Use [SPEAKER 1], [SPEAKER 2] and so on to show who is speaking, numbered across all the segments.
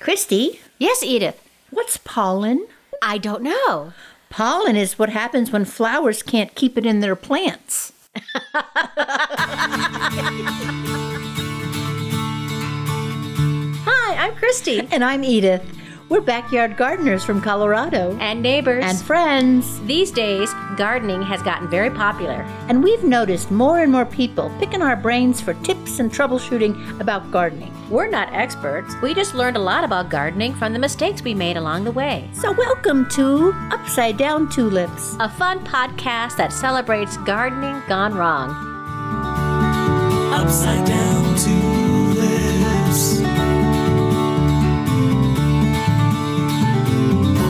[SPEAKER 1] Christy,
[SPEAKER 2] Yes, Edith.
[SPEAKER 1] what's pollen?
[SPEAKER 2] I don't know.
[SPEAKER 1] Pollen is what happens when flowers can't keep it in their plants.
[SPEAKER 2] Hi, I'm Christy.
[SPEAKER 1] And I'm Edith. We're backyard gardeners from Colorado
[SPEAKER 2] and neighbors.
[SPEAKER 1] and friends.
[SPEAKER 2] these days, gardening has gotten very popular.
[SPEAKER 1] And we've noticed more and more people picking our brains for tips and troubleshooting about gardening.
[SPEAKER 2] We're not experts. We just learned a lot about gardening from the mistakes we made along the way.
[SPEAKER 1] So, welcome to Upside Down Tulips.
[SPEAKER 2] A fun podcast that celebrates gardening gone wrong.
[SPEAKER 3] upside down tulips.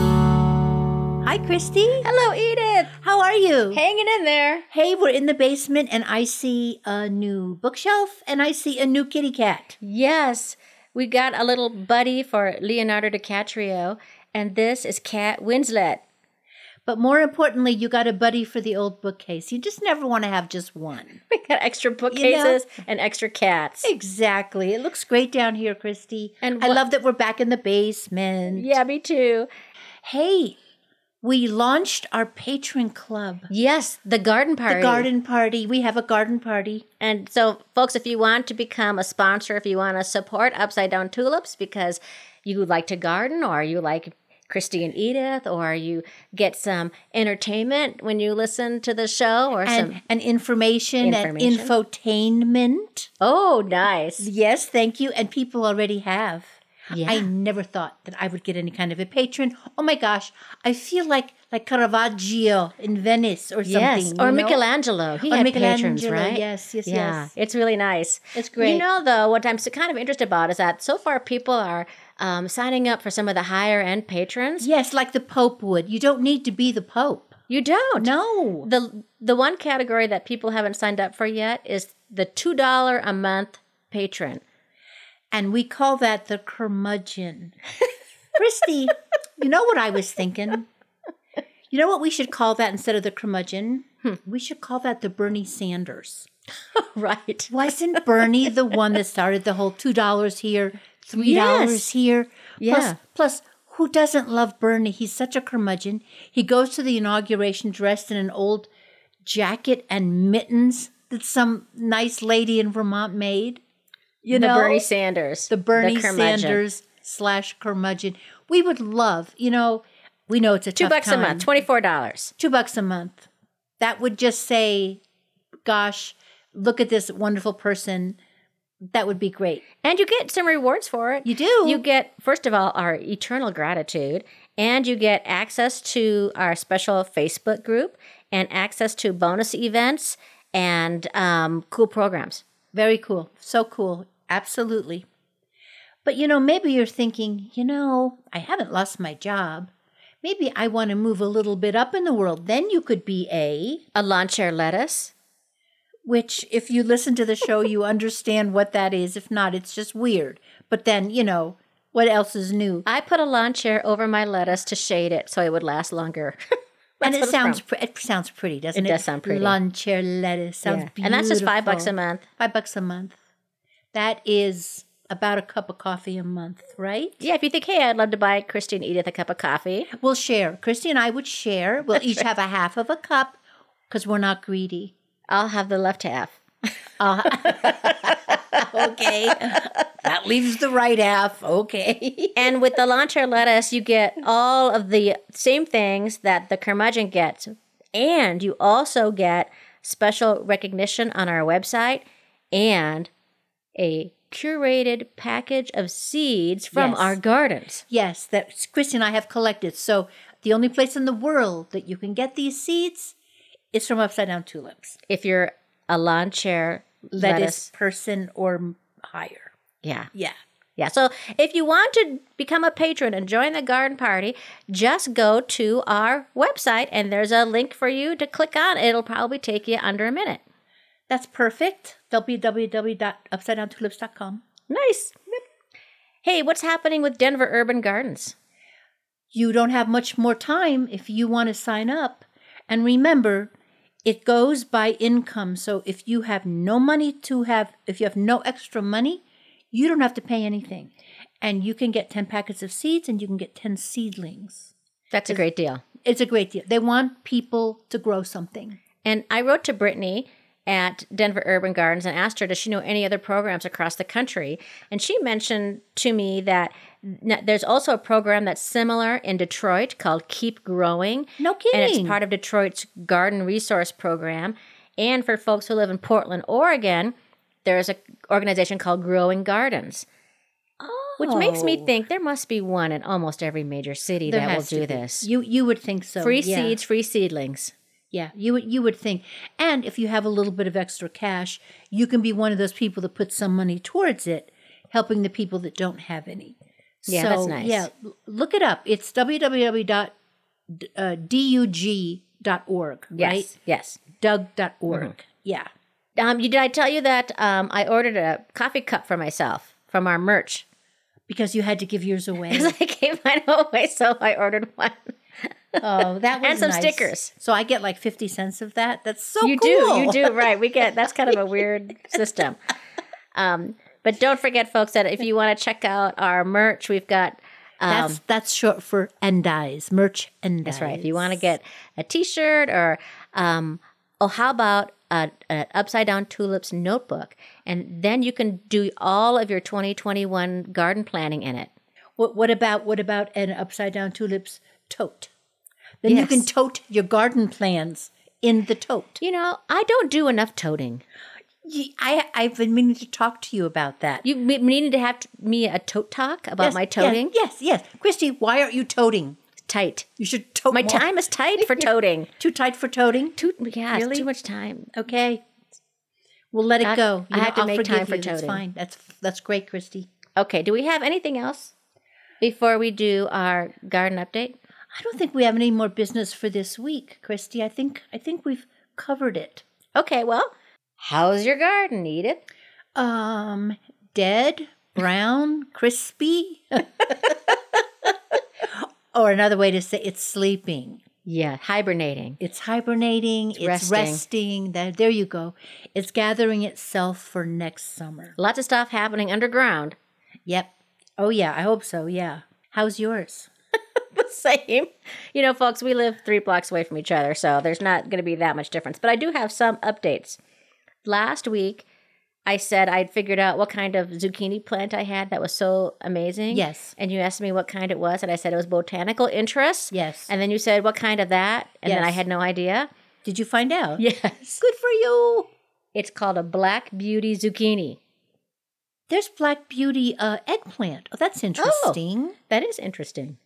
[SPEAKER 1] Hi, Christy.
[SPEAKER 2] Hello, Edith.
[SPEAKER 1] How are you?
[SPEAKER 2] Hanging in there.
[SPEAKER 1] Hey, we're in the basement and I see a new bookshelf and I see a new kitty cat.
[SPEAKER 2] Yes, we got a little buddy for Leonardo DiCaprio, and this is Cat Winslet.
[SPEAKER 1] But more importantly, you got a buddy for the old bookcase. You just never want to have just one.
[SPEAKER 2] We got extra bookcases and extra cats.
[SPEAKER 1] Exactly. It looks great down here, Christy.
[SPEAKER 2] And
[SPEAKER 1] I
[SPEAKER 2] what-
[SPEAKER 1] love that we're back in the basement.
[SPEAKER 2] Yeah, me too.
[SPEAKER 1] Hey, we launched our patron club.
[SPEAKER 2] Yes, the garden party.
[SPEAKER 1] The garden party. We have a garden party.
[SPEAKER 2] And so, folks, if you want to become a sponsor, if you want to support Upside Down Tulips because you like to garden or you like Christy and Edith or you get some entertainment when you listen to the show or some.
[SPEAKER 1] And, and information, and
[SPEAKER 2] Information.
[SPEAKER 1] infotainment.
[SPEAKER 2] Oh, nice.
[SPEAKER 1] Yes, thank you. And people already have.
[SPEAKER 2] Yeah.
[SPEAKER 1] I never thought that I would get any kind of a patron. Oh my gosh, I feel like like Caravaggio in Venice or something.
[SPEAKER 2] Yes, or
[SPEAKER 1] you know?
[SPEAKER 2] Michelangelo. He
[SPEAKER 1] Or
[SPEAKER 2] had patrons,
[SPEAKER 1] Michelangelo,
[SPEAKER 2] right?
[SPEAKER 1] yes, yes,
[SPEAKER 2] yeah.
[SPEAKER 1] yes.
[SPEAKER 2] It's really nice.
[SPEAKER 1] It's great.
[SPEAKER 2] You know, though, what I'm so kind of interested about is that so far people are um, signing up for some of the higher end patrons.
[SPEAKER 1] Yes, like the Pope would. You don't need to be the Pope.
[SPEAKER 2] You don't.
[SPEAKER 1] No.
[SPEAKER 2] The the one category that people haven't signed up for yet is the two dollar a month patron.
[SPEAKER 1] And we call that the curmudgeon. Christy, you know what I was thinking? You know what we should call that instead of the curmudgeon? We should call that the Bernie Sanders.
[SPEAKER 2] Right.
[SPEAKER 1] Wasn't Bernie the one that started the whole two dollars here, three dollars
[SPEAKER 2] Yes.
[SPEAKER 1] here?
[SPEAKER 2] Yeah.
[SPEAKER 1] Plus, plus, who doesn't love Bernie? He's such a curmudgeon. He goes to the inauguration dressed in an old jacket and mittens that some nice lady in Vermont made. You
[SPEAKER 2] the
[SPEAKER 1] know,
[SPEAKER 2] Bernie Sanders.
[SPEAKER 1] the Bernie
[SPEAKER 2] curmudgeon.
[SPEAKER 1] Sanders slash curmudgeon. We would love, you know, we know it's a
[SPEAKER 2] Two
[SPEAKER 1] tough
[SPEAKER 2] bucks
[SPEAKER 1] time.
[SPEAKER 2] a month, twenty four dollars.
[SPEAKER 1] Two bucks a month. That would just say, gosh, look at this wonderful person. That would be great.
[SPEAKER 2] And you get some rewards for it.
[SPEAKER 1] You do.
[SPEAKER 2] You get, first of all, our eternal gratitude, and you get access to our special Facebook group and access to bonus events and um, cool programs.
[SPEAKER 1] Very cool. So cool. Absolutely. But you know, maybe you're thinking, you know, I haven't lost my job. Maybe I want to move a little bit up in the world. Then you could be a,
[SPEAKER 2] A lawn chair lettuce.
[SPEAKER 1] which, if you listen to the show, you understand what that is. If not, it's just weird. But then, you know, what else is new?
[SPEAKER 2] I put a lawn chair over my lettuce to shade it so it would last longer. That's what
[SPEAKER 1] and it
[SPEAKER 2] it's
[SPEAKER 1] sounds
[SPEAKER 2] from.
[SPEAKER 1] pre- it sounds pretty, doesn't it?
[SPEAKER 2] It does sound pretty.
[SPEAKER 1] Luncher lettuce sounds
[SPEAKER 2] Yeah.
[SPEAKER 1] beautiful.
[SPEAKER 2] And that's just five bucks a month.
[SPEAKER 1] Five bucks a month. That is about a cup of coffee a month, right?
[SPEAKER 2] Yeah, if you think, hey, I'd love to buy Christy and Edith a cup of coffee.
[SPEAKER 1] We'll share. Christy and I would share. We'll each have a half of a cup because we're not greedy.
[SPEAKER 2] I'll have the left half.
[SPEAKER 1] Okay. that leaves the right half. Okay.
[SPEAKER 2] And with the lawn chair lettuce, you get all of the same things that the curmudgeon gets. And you also get special recognition on our website and a curated package of seeds from
[SPEAKER 1] Yes.
[SPEAKER 2] our gardens.
[SPEAKER 1] Yes, that Christy and I have collected. So the only place in the world that you can get these seeds is from Upside Down Tulips.
[SPEAKER 2] If you're a lawn chair
[SPEAKER 1] Lettuce,
[SPEAKER 2] lettuce.
[SPEAKER 1] person or m- higher.
[SPEAKER 2] Yeah.
[SPEAKER 1] Yeah.
[SPEAKER 2] Yeah. So if you want to become a patron and join the garden party, just go to our website and there's a link for you to click on. It'll probably take you under a minute.
[SPEAKER 1] That's perfect. www.upsidedowntulips.com.
[SPEAKER 2] Nice. Hey, what's happening with Denver Urban Gardens?
[SPEAKER 1] you don't have much more time if you want to sign up. And remember, it goes by income. So if you have no money to have, if you have no extra money, you don't have to pay anything. and you can get 10 packets of seeds and you can get 10 seedlings.
[SPEAKER 2] That's a great deal.
[SPEAKER 1] It's a great deal. They want people to grow something.
[SPEAKER 2] And I wrote to Brittany at Denver Urban Gardens and asked her, does she know any other programs across the country? And she mentioned to me that n- there's also a program that's similar in Detroit called Keep Growing.
[SPEAKER 1] No kidding.
[SPEAKER 2] And it's part of Detroit's Garden Resource Program. And for folks who live in Portland, Oregon, there's an organization called Growing Gardens. Which makes me
[SPEAKER 1] Oh.
[SPEAKER 2] think there must be one in almost every major city
[SPEAKER 1] There
[SPEAKER 2] that will
[SPEAKER 1] has to
[SPEAKER 2] do
[SPEAKER 1] be.
[SPEAKER 2] this.
[SPEAKER 1] You you would think so.
[SPEAKER 2] free
[SPEAKER 1] yeah.
[SPEAKER 2] seeds, free seedlings.
[SPEAKER 1] Yeah, you would you would think. And if you have a little bit of extra cash, you can be one of those people that puts some money towards it, helping the people that don't have any.
[SPEAKER 2] Yeah, that's nice.
[SPEAKER 1] Yeah, l- look it up. It's uh, www.dug.org,
[SPEAKER 2] Yes. Mm-hmm.
[SPEAKER 1] right?
[SPEAKER 2] Yes.
[SPEAKER 1] Doug.org. Yeah.
[SPEAKER 2] Um, you, did I tell you that um, I ordered a coffee cup for myself from our merch?
[SPEAKER 1] Because you had to give yours away.
[SPEAKER 2] Because I gave mine away, so I ordered one.
[SPEAKER 1] oh, that was
[SPEAKER 2] And some
[SPEAKER 1] nice.
[SPEAKER 2] stickers.
[SPEAKER 1] So I get like 50 cents of that. That's so
[SPEAKER 2] you
[SPEAKER 1] Oh, cool.
[SPEAKER 2] do, you do, right? We get that's kind of a weird system. Um, but don't forget, folks, that if you want to check out our merch, we've got. Um,
[SPEAKER 1] That's that's short for endies, merch endies.
[SPEAKER 2] That's right. If you want to get a T-shirt or um, oh, how about a, a upside down tulips notebook, and then you can do all of your 2021 garden planning in it.
[SPEAKER 1] What, what about what about an upside down tulips tote? Then you
[SPEAKER 2] Yes.
[SPEAKER 1] can tote your garden plans in the tote.
[SPEAKER 2] You know, I don't do enough toting.
[SPEAKER 1] Ye- I I've been meaning to talk to you about that.
[SPEAKER 2] You m- needed to have t- me a tote talk about
[SPEAKER 1] Yes,
[SPEAKER 2] my
[SPEAKER 1] yes,
[SPEAKER 2] toting.
[SPEAKER 1] Yes, yes, Christy, why aren't you toting?
[SPEAKER 2] Tight.
[SPEAKER 1] You should tote.
[SPEAKER 2] My
[SPEAKER 1] more.
[SPEAKER 2] time is tight for toting.
[SPEAKER 1] too tight for toting.
[SPEAKER 2] Too yeah, it's
[SPEAKER 1] Really?
[SPEAKER 2] too much time.
[SPEAKER 1] Okay, we'll let it
[SPEAKER 2] I-
[SPEAKER 1] go.
[SPEAKER 2] I have to make
[SPEAKER 1] forgive
[SPEAKER 2] time for
[SPEAKER 1] you. That's
[SPEAKER 2] toting.
[SPEAKER 1] fine. That's that's great, Christy.
[SPEAKER 2] Okay. Do we have anything else before we do our garden update?
[SPEAKER 1] I don't think we have any more business for this week, Christy. I think I think we've covered it.
[SPEAKER 2] Okay. Well, how's your garden, Edith?
[SPEAKER 1] Um, dead, brown, crispy. or another way to say it's sleeping.
[SPEAKER 2] Yeah, hibernating.
[SPEAKER 1] It's hibernating, it's,
[SPEAKER 2] resting.
[SPEAKER 1] resting. There, there you go. It's gathering itself for next summer.
[SPEAKER 2] Lots of stuff happening underground.
[SPEAKER 1] Yep. Oh yeah, I hope so. Yeah. How's yours?
[SPEAKER 2] The same. You know, folks, we live three blocks away from each other, so there's not going to be that much difference. But I do have some updates. Last week, I said I'd figured out what kind of zucchini plant I had that was so amazing.
[SPEAKER 1] Yes.
[SPEAKER 2] And you asked me what kind it was, and I said it was botanical interest.
[SPEAKER 1] Yes.
[SPEAKER 2] And then you said, what kind of that? And then I
[SPEAKER 1] Yes.
[SPEAKER 2] had no idea.
[SPEAKER 1] Did you find out?
[SPEAKER 2] Yes.
[SPEAKER 1] Good for you.
[SPEAKER 2] It's called a black beauty zucchini.
[SPEAKER 1] There's black beauty uh, eggplant. Oh, that's interesting.
[SPEAKER 2] That is interesting.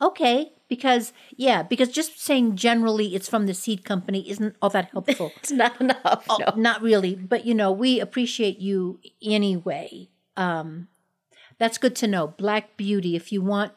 [SPEAKER 1] Okay, because yeah, because just saying generally it's from the seed company isn't all that helpful.
[SPEAKER 2] It's not enough.
[SPEAKER 1] Oh,
[SPEAKER 2] no.
[SPEAKER 1] not really. But you know, we appreciate you anyway. Um, that's good to know. Black beauty, if you want.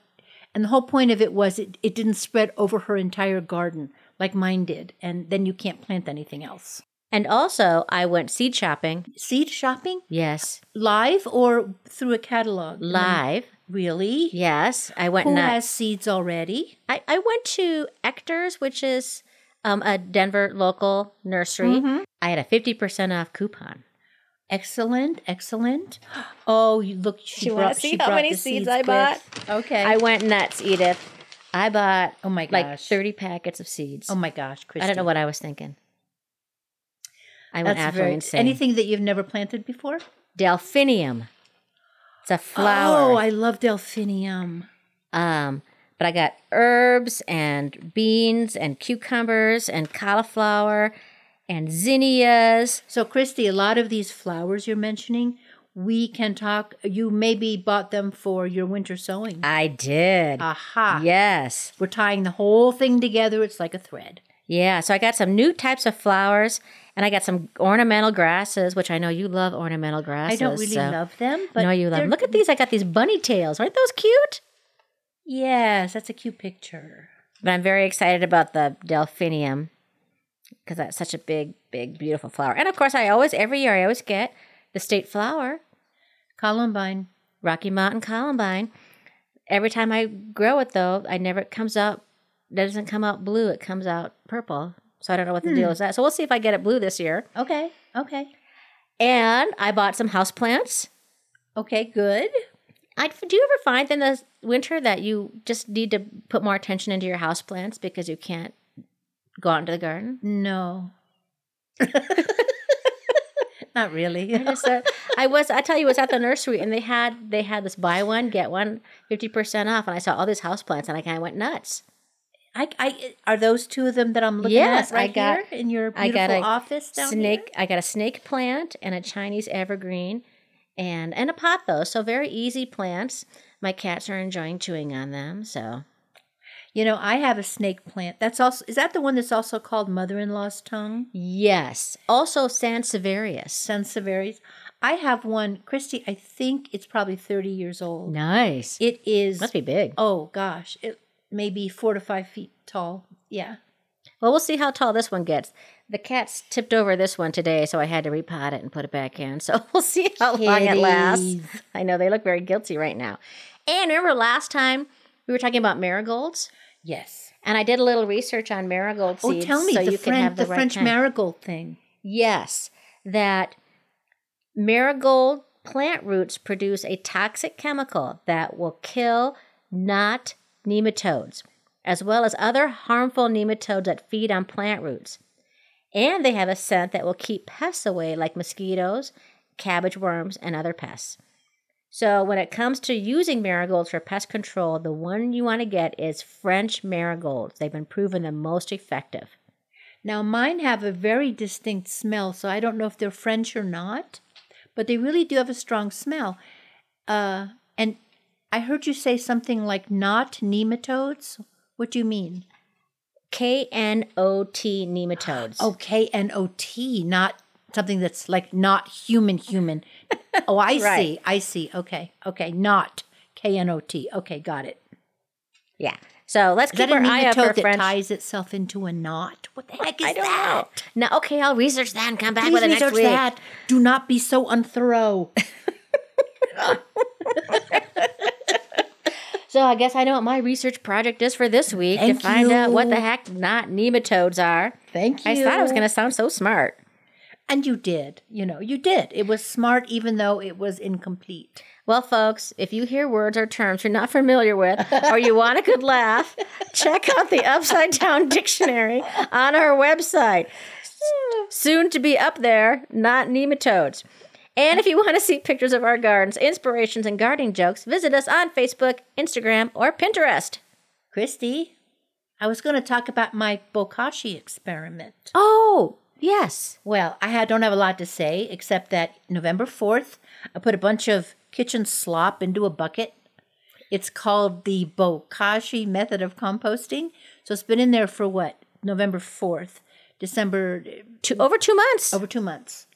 [SPEAKER 1] And the whole point of it was it, it didn't spread over her entire garden like mine did. And then you can't plant anything else.
[SPEAKER 2] And also, I went seed shopping.
[SPEAKER 1] Seed shopping
[SPEAKER 2] Yes.
[SPEAKER 1] live or through a catalog?
[SPEAKER 2] Live.
[SPEAKER 1] Really?
[SPEAKER 2] Yes. I went
[SPEAKER 1] Mm. Who
[SPEAKER 2] and I-
[SPEAKER 1] has seeds already?
[SPEAKER 2] I, I went to Ector's, which is um, a Denver local nursery.
[SPEAKER 1] Mm-hmm.
[SPEAKER 2] I had a 50% off coupon.
[SPEAKER 1] Excellent, excellent. Oh, you look, she
[SPEAKER 2] you wanna
[SPEAKER 1] brought.
[SPEAKER 2] see
[SPEAKER 1] she
[SPEAKER 2] how
[SPEAKER 1] brought
[SPEAKER 2] many
[SPEAKER 1] the
[SPEAKER 2] seeds
[SPEAKER 1] seeds
[SPEAKER 2] I bought?
[SPEAKER 1] Cliff. Okay.
[SPEAKER 2] I went nuts, Edith. I bought
[SPEAKER 1] oh my gosh.
[SPEAKER 2] like 30 packets of seeds.
[SPEAKER 1] Oh my gosh, Christy.
[SPEAKER 2] I don't know what I was thinking. I went
[SPEAKER 1] That's
[SPEAKER 2] absolutely
[SPEAKER 1] very-
[SPEAKER 2] insane.
[SPEAKER 1] Anything that you've never planted before?
[SPEAKER 2] Delphinium. It's a flower.
[SPEAKER 1] Oh, I love delphinium.
[SPEAKER 2] Um, but I got herbs and beans and cucumbers and cauliflower and zinnias.
[SPEAKER 1] So, Christy, a lot of these flowers you're mentioning, we can talk. You maybe bought them for your winter sowing.
[SPEAKER 2] I did.
[SPEAKER 1] Ah. Aha.
[SPEAKER 2] Yes.
[SPEAKER 1] We're tying the whole thing together. It's like a thread.
[SPEAKER 2] Yeah. So I got some new types of flowers and I got some ornamental grasses, which I know you love ornamental grasses.
[SPEAKER 1] I don't really
[SPEAKER 2] so-
[SPEAKER 1] love them, but
[SPEAKER 2] no, you love.
[SPEAKER 1] they're-
[SPEAKER 2] them. Look at these. I got these bunny tails. Aren't those cute?
[SPEAKER 1] Yes, that's a cute picture.
[SPEAKER 2] But I'm very excited about the delphinium because that's such a big, big, beautiful flower. And of course, I always, every year, I always get the state flower,
[SPEAKER 1] Columbine.
[SPEAKER 2] Rocky Mountain columbine. Every time I grow it, though, I never it comes out. It doesn't come out blue. It comes out purple. So I don't know what the deal is. That so we'll see if I get it blue this year.
[SPEAKER 1] Okay. Okay.
[SPEAKER 2] And I bought some houseplants.
[SPEAKER 1] Okay. Good.
[SPEAKER 2] I, do you ever find in the winter that you just need to put more attention into your house plants because you can't go out into the garden?
[SPEAKER 1] No. Not really.
[SPEAKER 2] I just, uh, I was I tell you I was at the nursery and they had they had this buy one get one 50% off and I saw all these houseplants and I kind of went nuts.
[SPEAKER 1] I, I are those two of them that I'm looking
[SPEAKER 2] Yes,
[SPEAKER 1] at right
[SPEAKER 2] I got-
[SPEAKER 1] here in your
[SPEAKER 2] I
[SPEAKER 1] beautiful
[SPEAKER 2] got a
[SPEAKER 1] office down
[SPEAKER 2] snake I got a snake plant and a Chinese evergreen and and a pot though. So very easy plants. My cats are enjoying chewing on them. So
[SPEAKER 1] here? You know, I have a snake plant. That's also is that the one that's also called mother-in-law's tongue?
[SPEAKER 2] yes. Also Sansevieria.
[SPEAKER 1] Sansevieri's. I have one, Christy. I think it's probably 30 years old.
[SPEAKER 2] Nice. It
[SPEAKER 1] It is.
[SPEAKER 2] must be big.
[SPEAKER 1] Oh gosh, it may be four to five feet tall. Yeah.
[SPEAKER 2] Well, we'll see how tall this one gets. The cats tipped over this one today, so I had to repot it and put it back in. So we'll see how long it lasts.
[SPEAKER 1] Kitties.
[SPEAKER 2] I know they look very guilty right now. And remember last time we were talking about marigolds,
[SPEAKER 1] Yes.
[SPEAKER 2] and I did a little research on marigold
[SPEAKER 1] Oh,
[SPEAKER 2] seeds.
[SPEAKER 1] tell me
[SPEAKER 2] so
[SPEAKER 1] the,
[SPEAKER 2] you
[SPEAKER 1] French,
[SPEAKER 2] can have
[SPEAKER 1] the,
[SPEAKER 2] the, right
[SPEAKER 1] French
[SPEAKER 2] kind.
[SPEAKER 1] marigold thing.
[SPEAKER 2] Yes, that marigold plant roots produce a toxic chemical that will kill not nematodes, as well as other harmful nematodes that feed on plant roots. And they have a scent that will keep pests away, like mosquitoes, cabbage worms, and other pests. So, when it comes to using marigolds for pest control, the one you want to get is French marigolds. They've been proven the most effective.
[SPEAKER 1] Now mine have a very distinct smell, so I don't know if they're French or not, but they really do have a strong smell. Uh, and I heard you say something like not nematodes. What do you mean?
[SPEAKER 2] K N O T nematodes.
[SPEAKER 1] Oh, K N O T, not something that's like not human, human. Oh, I see. I see. Okay. Okay. Not K N O T. Okay. Got it.
[SPEAKER 2] yeah. So let's
[SPEAKER 1] Is
[SPEAKER 2] keep
[SPEAKER 1] that a
[SPEAKER 2] our eye out for
[SPEAKER 1] nematode that
[SPEAKER 2] French.
[SPEAKER 1] ties itself into a knot? What the heck is
[SPEAKER 2] I don't
[SPEAKER 1] that?
[SPEAKER 2] know. No, okay, I'll research that and come back
[SPEAKER 1] Please
[SPEAKER 2] with it next
[SPEAKER 1] research
[SPEAKER 2] week.
[SPEAKER 1] that. Do not be so unthorough.
[SPEAKER 2] So I guess I know what my research project is for this week to
[SPEAKER 1] Thank
[SPEAKER 2] find out what
[SPEAKER 1] you.
[SPEAKER 2] the heck not nematodes are.
[SPEAKER 1] Thank you.
[SPEAKER 2] I thought I was going to sound so smart.
[SPEAKER 1] And you did. You know, you did. It was smart, even though it was incomplete.
[SPEAKER 2] Well, folks, if you hear words or terms you're not familiar with or you want a good laugh, check out the Upside Down Dictionary on our website. Soon to be up there, not nematodes. And if you want to see pictures of our gardens, inspirations, and gardening jokes, visit us on Facebook, Instagram, or Pinterest.
[SPEAKER 1] Christy, I was going to talk about my Bokashi experiment.
[SPEAKER 2] Oh, yes.
[SPEAKER 1] Well, I had, don't have a lot to say except that November 4th, I put a bunch of kitchen slop into a bucket. It's called the Bokashi method of composting. So it's been in there for what? November 4th, December,
[SPEAKER 2] Two, over two months.
[SPEAKER 1] over two months.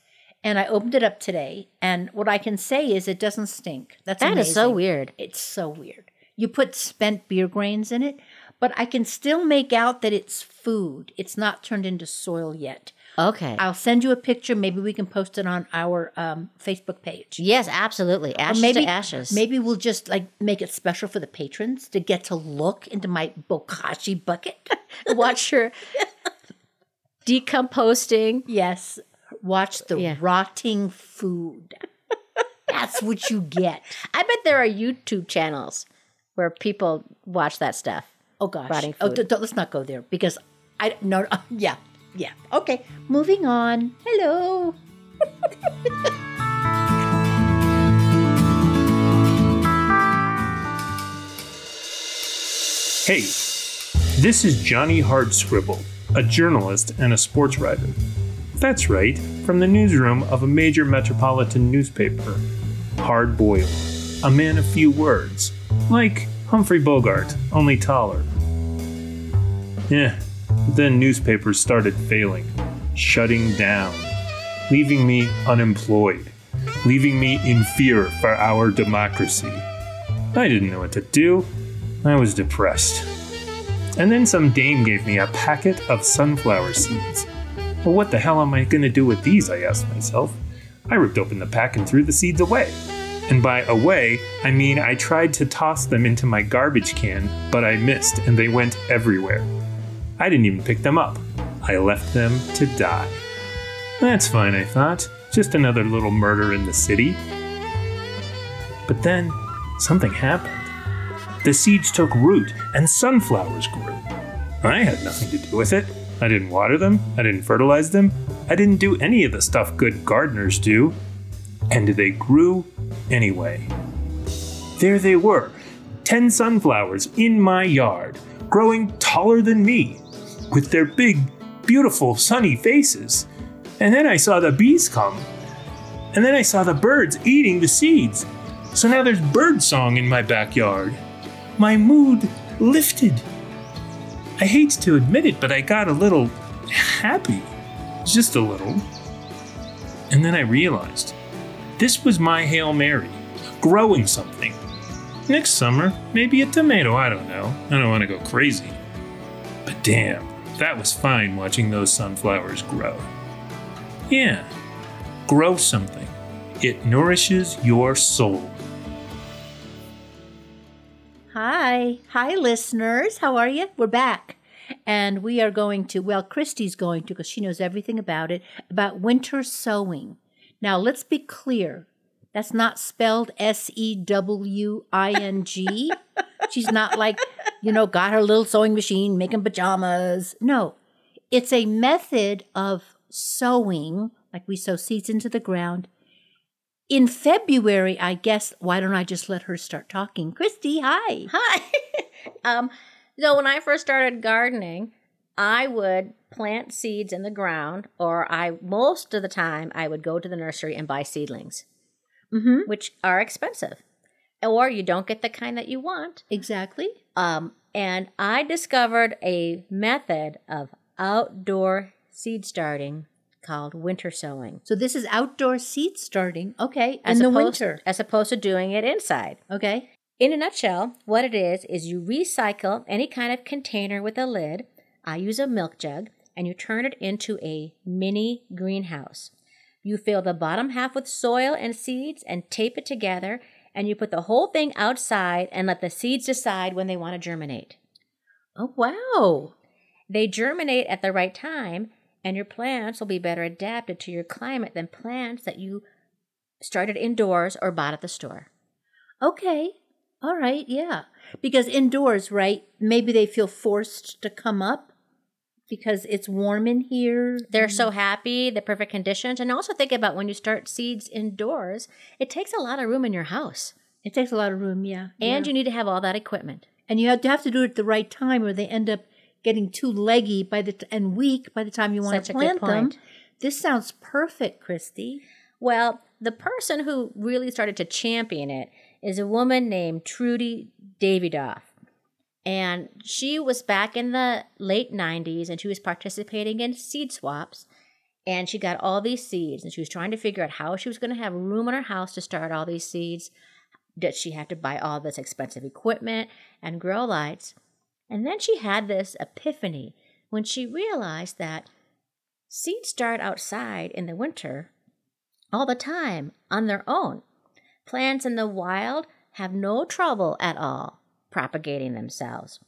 [SPEAKER 1] And I opened it up today. And what I can say is it doesn't stink. That's
[SPEAKER 2] That is so
[SPEAKER 1] amazing.
[SPEAKER 2] weird.
[SPEAKER 1] It's so weird. You put spent beer grains in it, but I can still make out that it's food. It's not turned into soil yet.
[SPEAKER 2] Okay.
[SPEAKER 1] I'll send you a picture. Maybe we can post it on our um, Facebook page.
[SPEAKER 2] yes, absolutely. Ashes
[SPEAKER 1] maybe
[SPEAKER 2] to ashes.
[SPEAKER 1] Maybe we'll just like make it special for the patrons to get to look into my bokashi bucket.
[SPEAKER 2] watch your decomposting
[SPEAKER 1] yes, watch the
[SPEAKER 2] Yeah.
[SPEAKER 1] rotting food. That's what you get.
[SPEAKER 2] I bet there are YouTube channels where people watch that stuff.
[SPEAKER 1] Oh gosh.
[SPEAKER 2] Rotting
[SPEAKER 1] Oh,
[SPEAKER 2] food.
[SPEAKER 1] d- don't- let's not go there because I no. no yeah, yeah. Okay, moving on. Hello.
[SPEAKER 4] Hey, this is Johnny Hardscribble, a journalist and a sports writer. That's right, from the newsroom of a major metropolitan newspaper. Hard boiled, a man of few words, like Humphrey Bogart, only taller. Eh, then newspapers started failing, shutting down, leaving me unemployed, leaving me in fear for our democracy. I didn't know what to do. I was depressed. And then some dame gave me a packet of sunflower seeds. Well, what the hell am I going to do with these? I asked myself. I ripped open the pack and threw the seeds away. And by away, I mean I tried to toss them into my garbage can, but I missed and they went everywhere. I didn't even pick them up. I left them to die. That's fine, I thought. Just another little murder in the city. But then Something happened. The seeds took root and sunflowers grew. I had nothing to do with it. I didn't water them, I didn't fertilize them, I didn't do any of the stuff good gardeners do. And they grew anyway. There they were, 10 sunflowers in my yard, growing taller than me, with their big, beautiful, sunny faces. And then I saw the bees come. And then I saw the birds eating the seeds. So now there's bird song in my backyard. My mood lifted. I hate to admit it, but I got a little happy. Just a little. And then I realized this was my Hail Mary, growing something. Next summer, maybe a tomato, I don't know. I don't want to go crazy. But damn, that was fine watching those sunflowers grow. Yeah, grow something. It nourishes your soul.
[SPEAKER 1] Hi. Hi, listeners. How are you? We're back. And we are going to, well, Christy's going to, because she knows everything about it, about winter sewing. Now, let's be clear. That's not spelled S E W I N G. She's not like, you know, got her little sewing machine making pajamas. No, it's a method of sowing, like we sow seeds into the ground. In February, I guess, why don't I just let her start talking? Christy, hi.
[SPEAKER 2] Hi. um, so when I first started gardening, I would plant seeds in the ground, or I most of the time I would go to the nursery and buy seedlings,
[SPEAKER 1] Mm-hmm.
[SPEAKER 2] which are expensive, or you don't get the kind that you want.
[SPEAKER 1] Exactly.
[SPEAKER 2] Um, and I discovered a method of outdoor seed starting called winter sowing.
[SPEAKER 1] So this is outdoor seed starting. Okay.
[SPEAKER 2] As
[SPEAKER 1] in the
[SPEAKER 2] opposed-
[SPEAKER 1] winter.
[SPEAKER 2] as opposed to doing it inside.
[SPEAKER 1] Okay.
[SPEAKER 2] In a nutshell, what it is is you recycle any kind of container with a lid. I use a milk jug and you turn it into a mini greenhouse. You fill the bottom half with soil and seeds and tape it together and you put the whole thing outside and let the seeds decide when they want to germinate.
[SPEAKER 1] Oh wow.
[SPEAKER 2] They germinate at the right time and your plants will be better adapted to your climate than plants that you started indoors or bought at the store.
[SPEAKER 1] Okay. All right. Yeah. Because indoors, right? Maybe they feel forced to come up because it's warm in here. Mm.
[SPEAKER 2] They're so happy, the perfect conditions. And also think about when you start seeds indoors, it takes a lot of room in your house.
[SPEAKER 1] It takes a lot of room. Yeah.
[SPEAKER 2] And
[SPEAKER 1] yeah.
[SPEAKER 2] you need to have all that equipment.
[SPEAKER 1] and you have to have to do it at the right time, or they end up getting too leggy by the t- and weak by the time you
[SPEAKER 2] Such
[SPEAKER 1] want to
[SPEAKER 2] a good
[SPEAKER 1] plant them.
[SPEAKER 2] point.
[SPEAKER 1] This sounds perfect, Christy.
[SPEAKER 2] Well, the person who really started to champion it is a woman named Trudy Davidoff. And she was back in the late 90s and she was participating in seed swaps. And she got all these seeds and she was trying to figure out how she was going to have room in her house to start all these seeds. Did she have to buy all this expensive equipment and grow lights? And then she had this epiphany when she realized that seeds start outside in the winter all the time on their own. Plants in the wild have no trouble at all propagating themselves.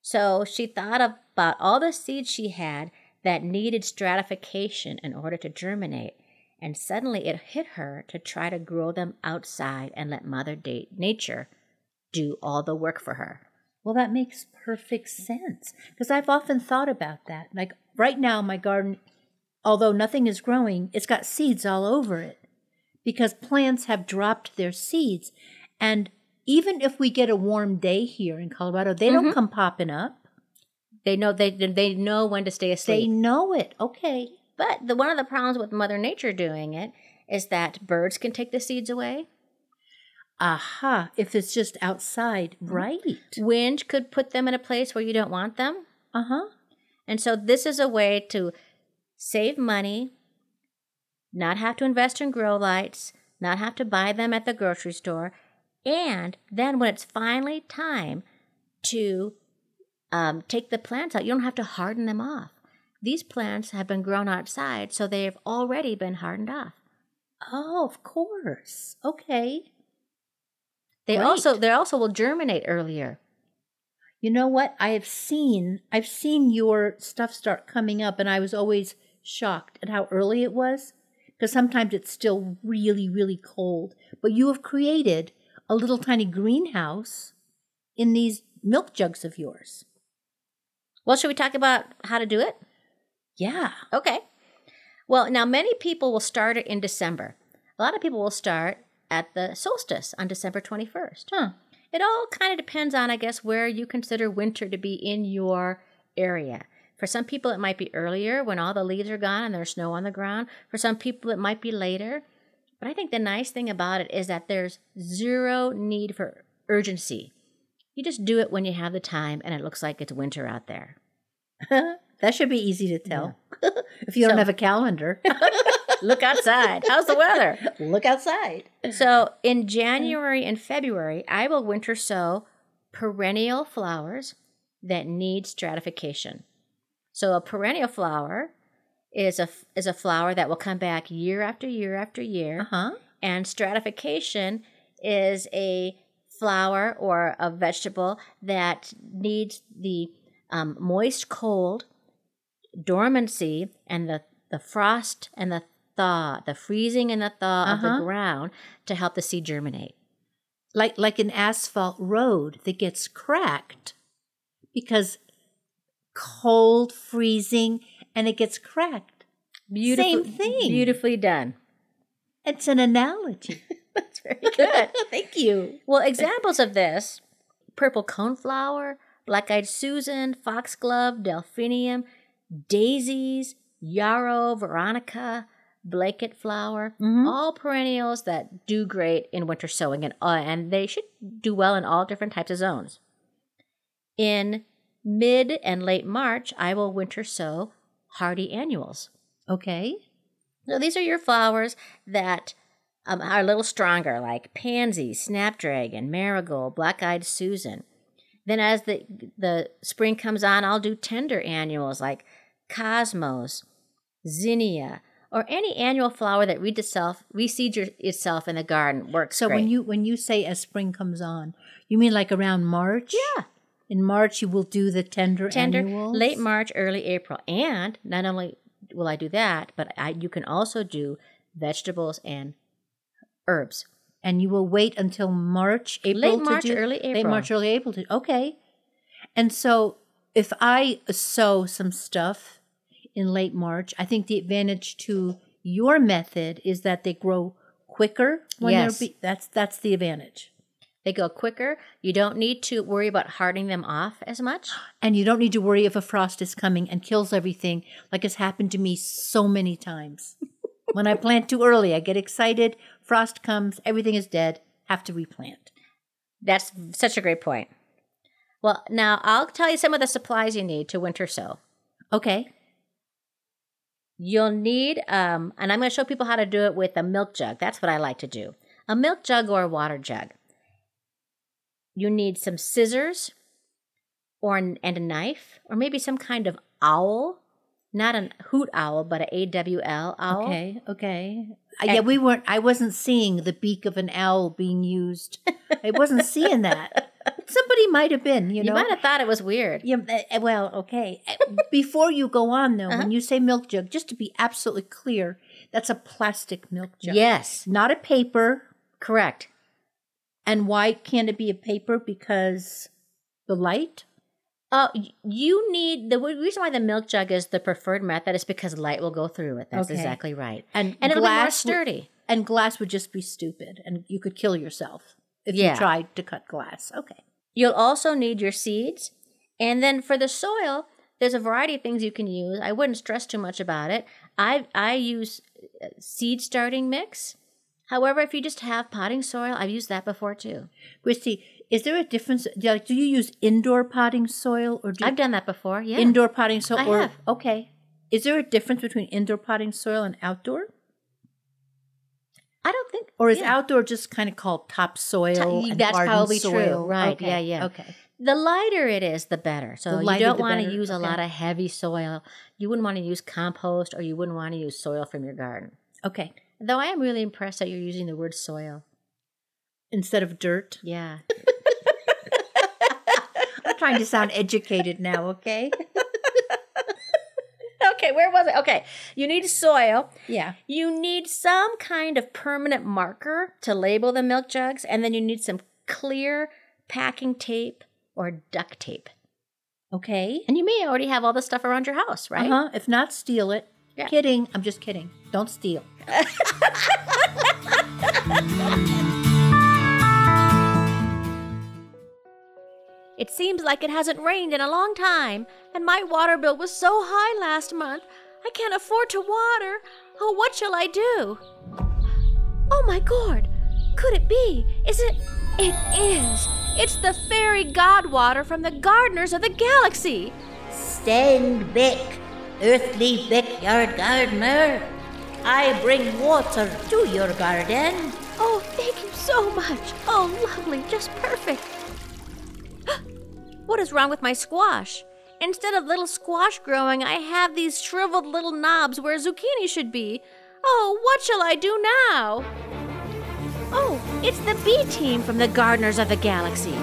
[SPEAKER 2] So she thought about all the seeds she had that needed stratification in order to germinate, and suddenly it hit her to try to grow them outside and let Mother Da- Nature do all the work for her.
[SPEAKER 1] Well, that makes perfect sense because I've often thought about that. Like right now, my garden, although nothing is growing, it's got seeds all over it because plants have dropped their seeds. And even if we get a warm day here in Colorado, they don't come popping up.
[SPEAKER 2] They know they they know when to stay asleep.
[SPEAKER 1] They know it. Okay.
[SPEAKER 2] But the one of the problems with Mother Nature doing it is that birds can take the seeds away.
[SPEAKER 1] Aha. If it's just outside, right.
[SPEAKER 2] Wind could put them in a place where you don't want them.
[SPEAKER 1] Uh huh.
[SPEAKER 2] And so this is a way to save money, not have to invest in grow lights, not have to buy them at the grocery store, and then when it's finally time to um, take the plants out, you don't have to harden them off. These plants have been grown outside, so they've already been hardened off.
[SPEAKER 1] Oh, of course. Okay.
[SPEAKER 2] They
[SPEAKER 1] Great.
[SPEAKER 2] also they also will germinate earlier.
[SPEAKER 1] you know what i have seen i've seen your stuff start coming up and i was always shocked at how early it was because sometimes it's still really really cold but you have created a little tiny greenhouse in these milk jugs of yours.
[SPEAKER 2] Well, should we talk about how to do it?
[SPEAKER 1] Yeah.
[SPEAKER 2] Okay. Well, now many people will start it in December. A lot of people will start at the solstice on December 21st.
[SPEAKER 1] Huh.
[SPEAKER 2] It all kind of depends on, I guess, where you consider winter to be in your area. For some people, it might be earlier when all the leaves are gone and there's snow on the ground. For some people, it might be later. But I think the nice thing about it is that there's zero need for urgency. You just do it when you have the time and it looks like it's winter out there.
[SPEAKER 1] That should be easy to tell. if you don't
[SPEAKER 2] So-
[SPEAKER 1] have a calendar,
[SPEAKER 2] Look outside. How's the weather?
[SPEAKER 1] look outside.
[SPEAKER 2] So in January and February, I will winter sow perennial flowers that need stratification. So a perennial flower is a is a flower that will come back year after year after year,
[SPEAKER 1] huh.
[SPEAKER 2] and stratification is a flower or a vegetable that needs the um, moist cold, dormancy, and the, the frost and the thaw, the freezing and the thaw of
[SPEAKER 1] Uh-huh.
[SPEAKER 2] the ground to help the seed germinate.
[SPEAKER 1] Like like an asphalt road that gets cracked because cold, freezing, and it gets cracked.
[SPEAKER 2] Beautiful-
[SPEAKER 1] thing.
[SPEAKER 2] Beautifully done.
[SPEAKER 1] It's an analogy.
[SPEAKER 2] That's very good.
[SPEAKER 1] Thank you.
[SPEAKER 2] Well, examples of this purple coneflower, black eyed Susan, foxglove, delphinium, daisies, yarrow, veronica, blanket flower, all perennials that do great in winter sowing, and, uh, and they should do well in all different types of zones. In mid and late March, I will winter sow hardy annuals.
[SPEAKER 1] Okay.
[SPEAKER 2] So these are your flowers that um, are a little stronger, like pansy, snapdragon, marigold, black-eyed Susan. Then as the the spring comes on, I'll do tender annuals like cosmos, zinnia, or any annual flower that reads itself, reseeds your, itself in the garden works.
[SPEAKER 1] So when
[SPEAKER 2] great.
[SPEAKER 1] you when you say as spring comes on, you mean like around March?
[SPEAKER 2] yeah,
[SPEAKER 1] In March you will do the tender
[SPEAKER 2] tender
[SPEAKER 1] annuals?
[SPEAKER 2] late March, early April, and not only will I do that, but I, you can also do vegetables and herbs.
[SPEAKER 1] and you will wait until March, April, to
[SPEAKER 2] March,
[SPEAKER 1] do-
[SPEAKER 2] early
[SPEAKER 1] late
[SPEAKER 2] April.
[SPEAKER 1] March, early April. To, okay, and so if I sow some stuff in late March, I think the advantage to your method is that they grow quicker. When they're
[SPEAKER 2] Yes.
[SPEAKER 1] be- that's that's the advantage,
[SPEAKER 2] They go quicker. You don't need to worry about hardening them off as much.
[SPEAKER 1] and you don't need to worry if a frost is coming and kills everything, like has happened to me so many times. when I plant too early, I get excited. Frost comes, everything is dead. Have to replant.
[SPEAKER 2] That's such a great point. Well, now I'll tell you some of the supplies you need to winter sow.
[SPEAKER 1] Okay.
[SPEAKER 2] You'll need, um, and I'm going to show people how to do it with a milk jug. That's what I like to do a milk jug or a water jug. You need some scissors or an, and a knife, or maybe some kind of owl. Not an hoot owl, but a AWL owl.
[SPEAKER 1] Okay, okay. Uh,
[SPEAKER 2] And-
[SPEAKER 1] yeah, we weren't. I wasn't seeing the beak of an owl being used. I wasn't seeing that. Somebody might have been. You
[SPEAKER 2] You,
[SPEAKER 1] know.
[SPEAKER 2] might have thought it was weird.
[SPEAKER 1] Yeah, uh, uh, well, okay. Uh, Before you go on, though, when you say milk jug, just to be absolutely clear, that's a plastic milk jug.
[SPEAKER 2] Yes,
[SPEAKER 1] Not a paper.
[SPEAKER 2] correct.
[SPEAKER 1] And why can't it be a paper? Because the light?
[SPEAKER 2] Uh, y- you need the w- reason why the milk jug is the preferred method is because light will go through it. That's
[SPEAKER 1] Okay.
[SPEAKER 2] exactly right,
[SPEAKER 1] And
[SPEAKER 2] and it'll be more
[SPEAKER 1] glass would-
[SPEAKER 2] sturdy.
[SPEAKER 1] And glass would just be stupid, and you could kill yourself if
[SPEAKER 2] Yeah.
[SPEAKER 1] you tried to cut glass. Okay.
[SPEAKER 2] You'll also need your seeds, and then for the soil, there's a variety of things you can use. I wouldn't stress too much about it. I I use uh, seed starting mix. However, if you just have potting soil, I've used that before too.
[SPEAKER 1] Christy, is there a difference? do- Like, do you use indoor potting soil or do you
[SPEAKER 2] I've done that before. Yeah,
[SPEAKER 1] indoor potting soil?
[SPEAKER 2] I
[SPEAKER 1] or,
[SPEAKER 2] have.
[SPEAKER 1] Okay. Is there a difference between indoor potting soil and outdoor?
[SPEAKER 2] I don't think
[SPEAKER 1] Or is
[SPEAKER 2] yeah.
[SPEAKER 1] outdoor just kind of called topsoil?
[SPEAKER 2] Top-
[SPEAKER 1] and
[SPEAKER 2] that's
[SPEAKER 1] garden
[SPEAKER 2] probably true.
[SPEAKER 1] soil?
[SPEAKER 2] Right,
[SPEAKER 1] Okay,
[SPEAKER 2] yeah, yeah.
[SPEAKER 1] Okay.
[SPEAKER 2] The lighter it is, the better. So
[SPEAKER 1] The
[SPEAKER 2] you
[SPEAKER 1] lighter,
[SPEAKER 2] don't
[SPEAKER 1] the
[SPEAKER 2] want to
[SPEAKER 1] better,
[SPEAKER 2] use a
[SPEAKER 1] okay.
[SPEAKER 2] lot of heavy soil. You wouldn't want to use compost or you wouldn't want to use soil from your garden.
[SPEAKER 1] Okay.
[SPEAKER 2] Though I am really impressed that you're using the word soil.
[SPEAKER 1] Instead of dirt.
[SPEAKER 2] Yeah.
[SPEAKER 1] I'm trying to sound educated now, okay?
[SPEAKER 2] okay, wait, where was it? Okay. You need soil.
[SPEAKER 1] Yeah.
[SPEAKER 2] You need some kind of permanent marker to label the milk jugs, and then you need some clear packing tape or duct tape.
[SPEAKER 1] Okay.
[SPEAKER 2] And you may already have all this stuff around your house, right?
[SPEAKER 1] Uh-huh. If not, steal it.
[SPEAKER 2] Yeah.
[SPEAKER 1] Kidding. I'm just kidding. Don't steal.
[SPEAKER 2] It seems like it hasn't rained in a long time, and my water bill was so high last month, I can't afford to water. Oh, what shall I do? Oh my god! Could it be? Is it? It is! It's the fairy god water from the gardeners of the galaxy!
[SPEAKER 5] Stand back, earthly backyard gardener. I bring water to your garden.
[SPEAKER 2] Oh, thank you so much. Oh, lovely, just perfect. what is wrong with my squash? Instead of little squash growing, I have these shriveled little knobs where zucchini should be. Oh, what shall I do now? Oh, it's the bee team from the Gardeners of the Galaxy.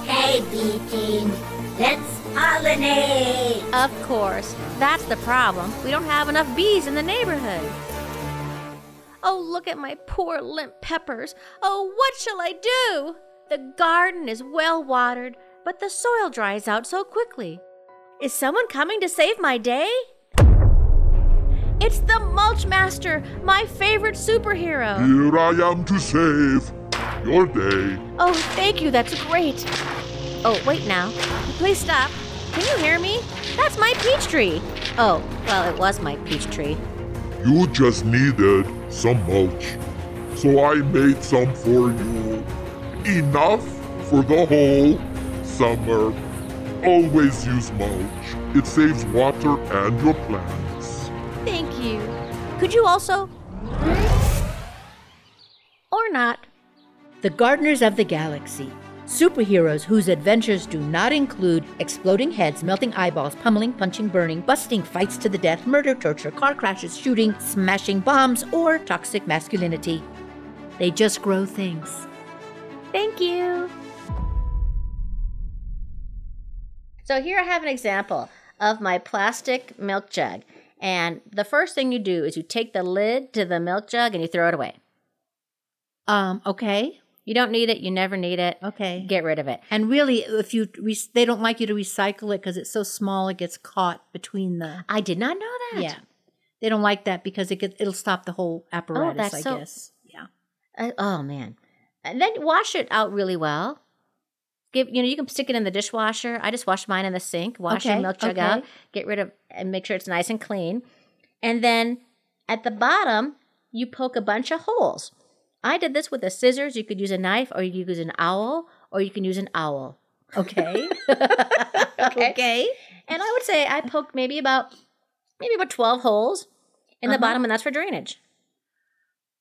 [SPEAKER 5] Okay, bee team, let's pollinate.
[SPEAKER 2] Of course, that's the problem. We don't have enough bees in the neighborhood. Oh, look at my poor limp peppers. Oh, what shall I do? The garden is well watered, but the soil dries out so quickly. Is someone coming to save my day? It's the Mulch Master, my favorite superhero.
[SPEAKER 6] Here I am to save your day.
[SPEAKER 2] Oh, thank you, that's great. Oh, wait now. Please stop. Can you hear me? That's my peach tree. Oh, well, it was my peach tree.
[SPEAKER 6] You just needed some mulch. So I made some for you. Enough for the whole summer. Always use mulch. It saves water and your plants.
[SPEAKER 2] Thank you. Could you also. Or not.
[SPEAKER 1] The Gardeners of the Galaxy. Superheroes whose adventures do not include exploding heads, melting eyeballs, pummeling, punching, burning, busting, fights to the death, murder, torture, car crashes, shooting, smashing bombs, or toxic masculinity. They just grow things.
[SPEAKER 2] Thank you. So here I have an example of my plastic milk jug. And the first thing you do is you take the lid to the milk jug and you throw it away.
[SPEAKER 1] Um, okay.
[SPEAKER 2] You don't need it, you never need it.
[SPEAKER 1] Okay.
[SPEAKER 2] Get rid of it.
[SPEAKER 1] And really, if you re- they don't like you to recycle it because it's so small, it gets caught between the
[SPEAKER 2] I did not know that.
[SPEAKER 1] yeah. They don't like that because it gets, it'll stop the whole apparatus.
[SPEAKER 2] Oh, that's
[SPEAKER 1] I
[SPEAKER 2] so-
[SPEAKER 1] guess. Yeah.
[SPEAKER 2] I, oh man. And then wash it out really well. Give you know you can stick it in the dishwasher. I just wash mine in the sink. Wash your
[SPEAKER 1] Okay,
[SPEAKER 2] milk jug
[SPEAKER 1] okay.
[SPEAKER 2] out. Get rid of and make sure it's nice and clean. And then at the bottom you poke a bunch of holes. I did this with the scissors. You could use a knife, or you could use an owl, or you can use an owl.
[SPEAKER 1] Okay.
[SPEAKER 2] Okay. And I would say I poked maybe about maybe about twelve holes in the
[SPEAKER 1] Uh-huh.
[SPEAKER 2] bottom, and that's for drainage.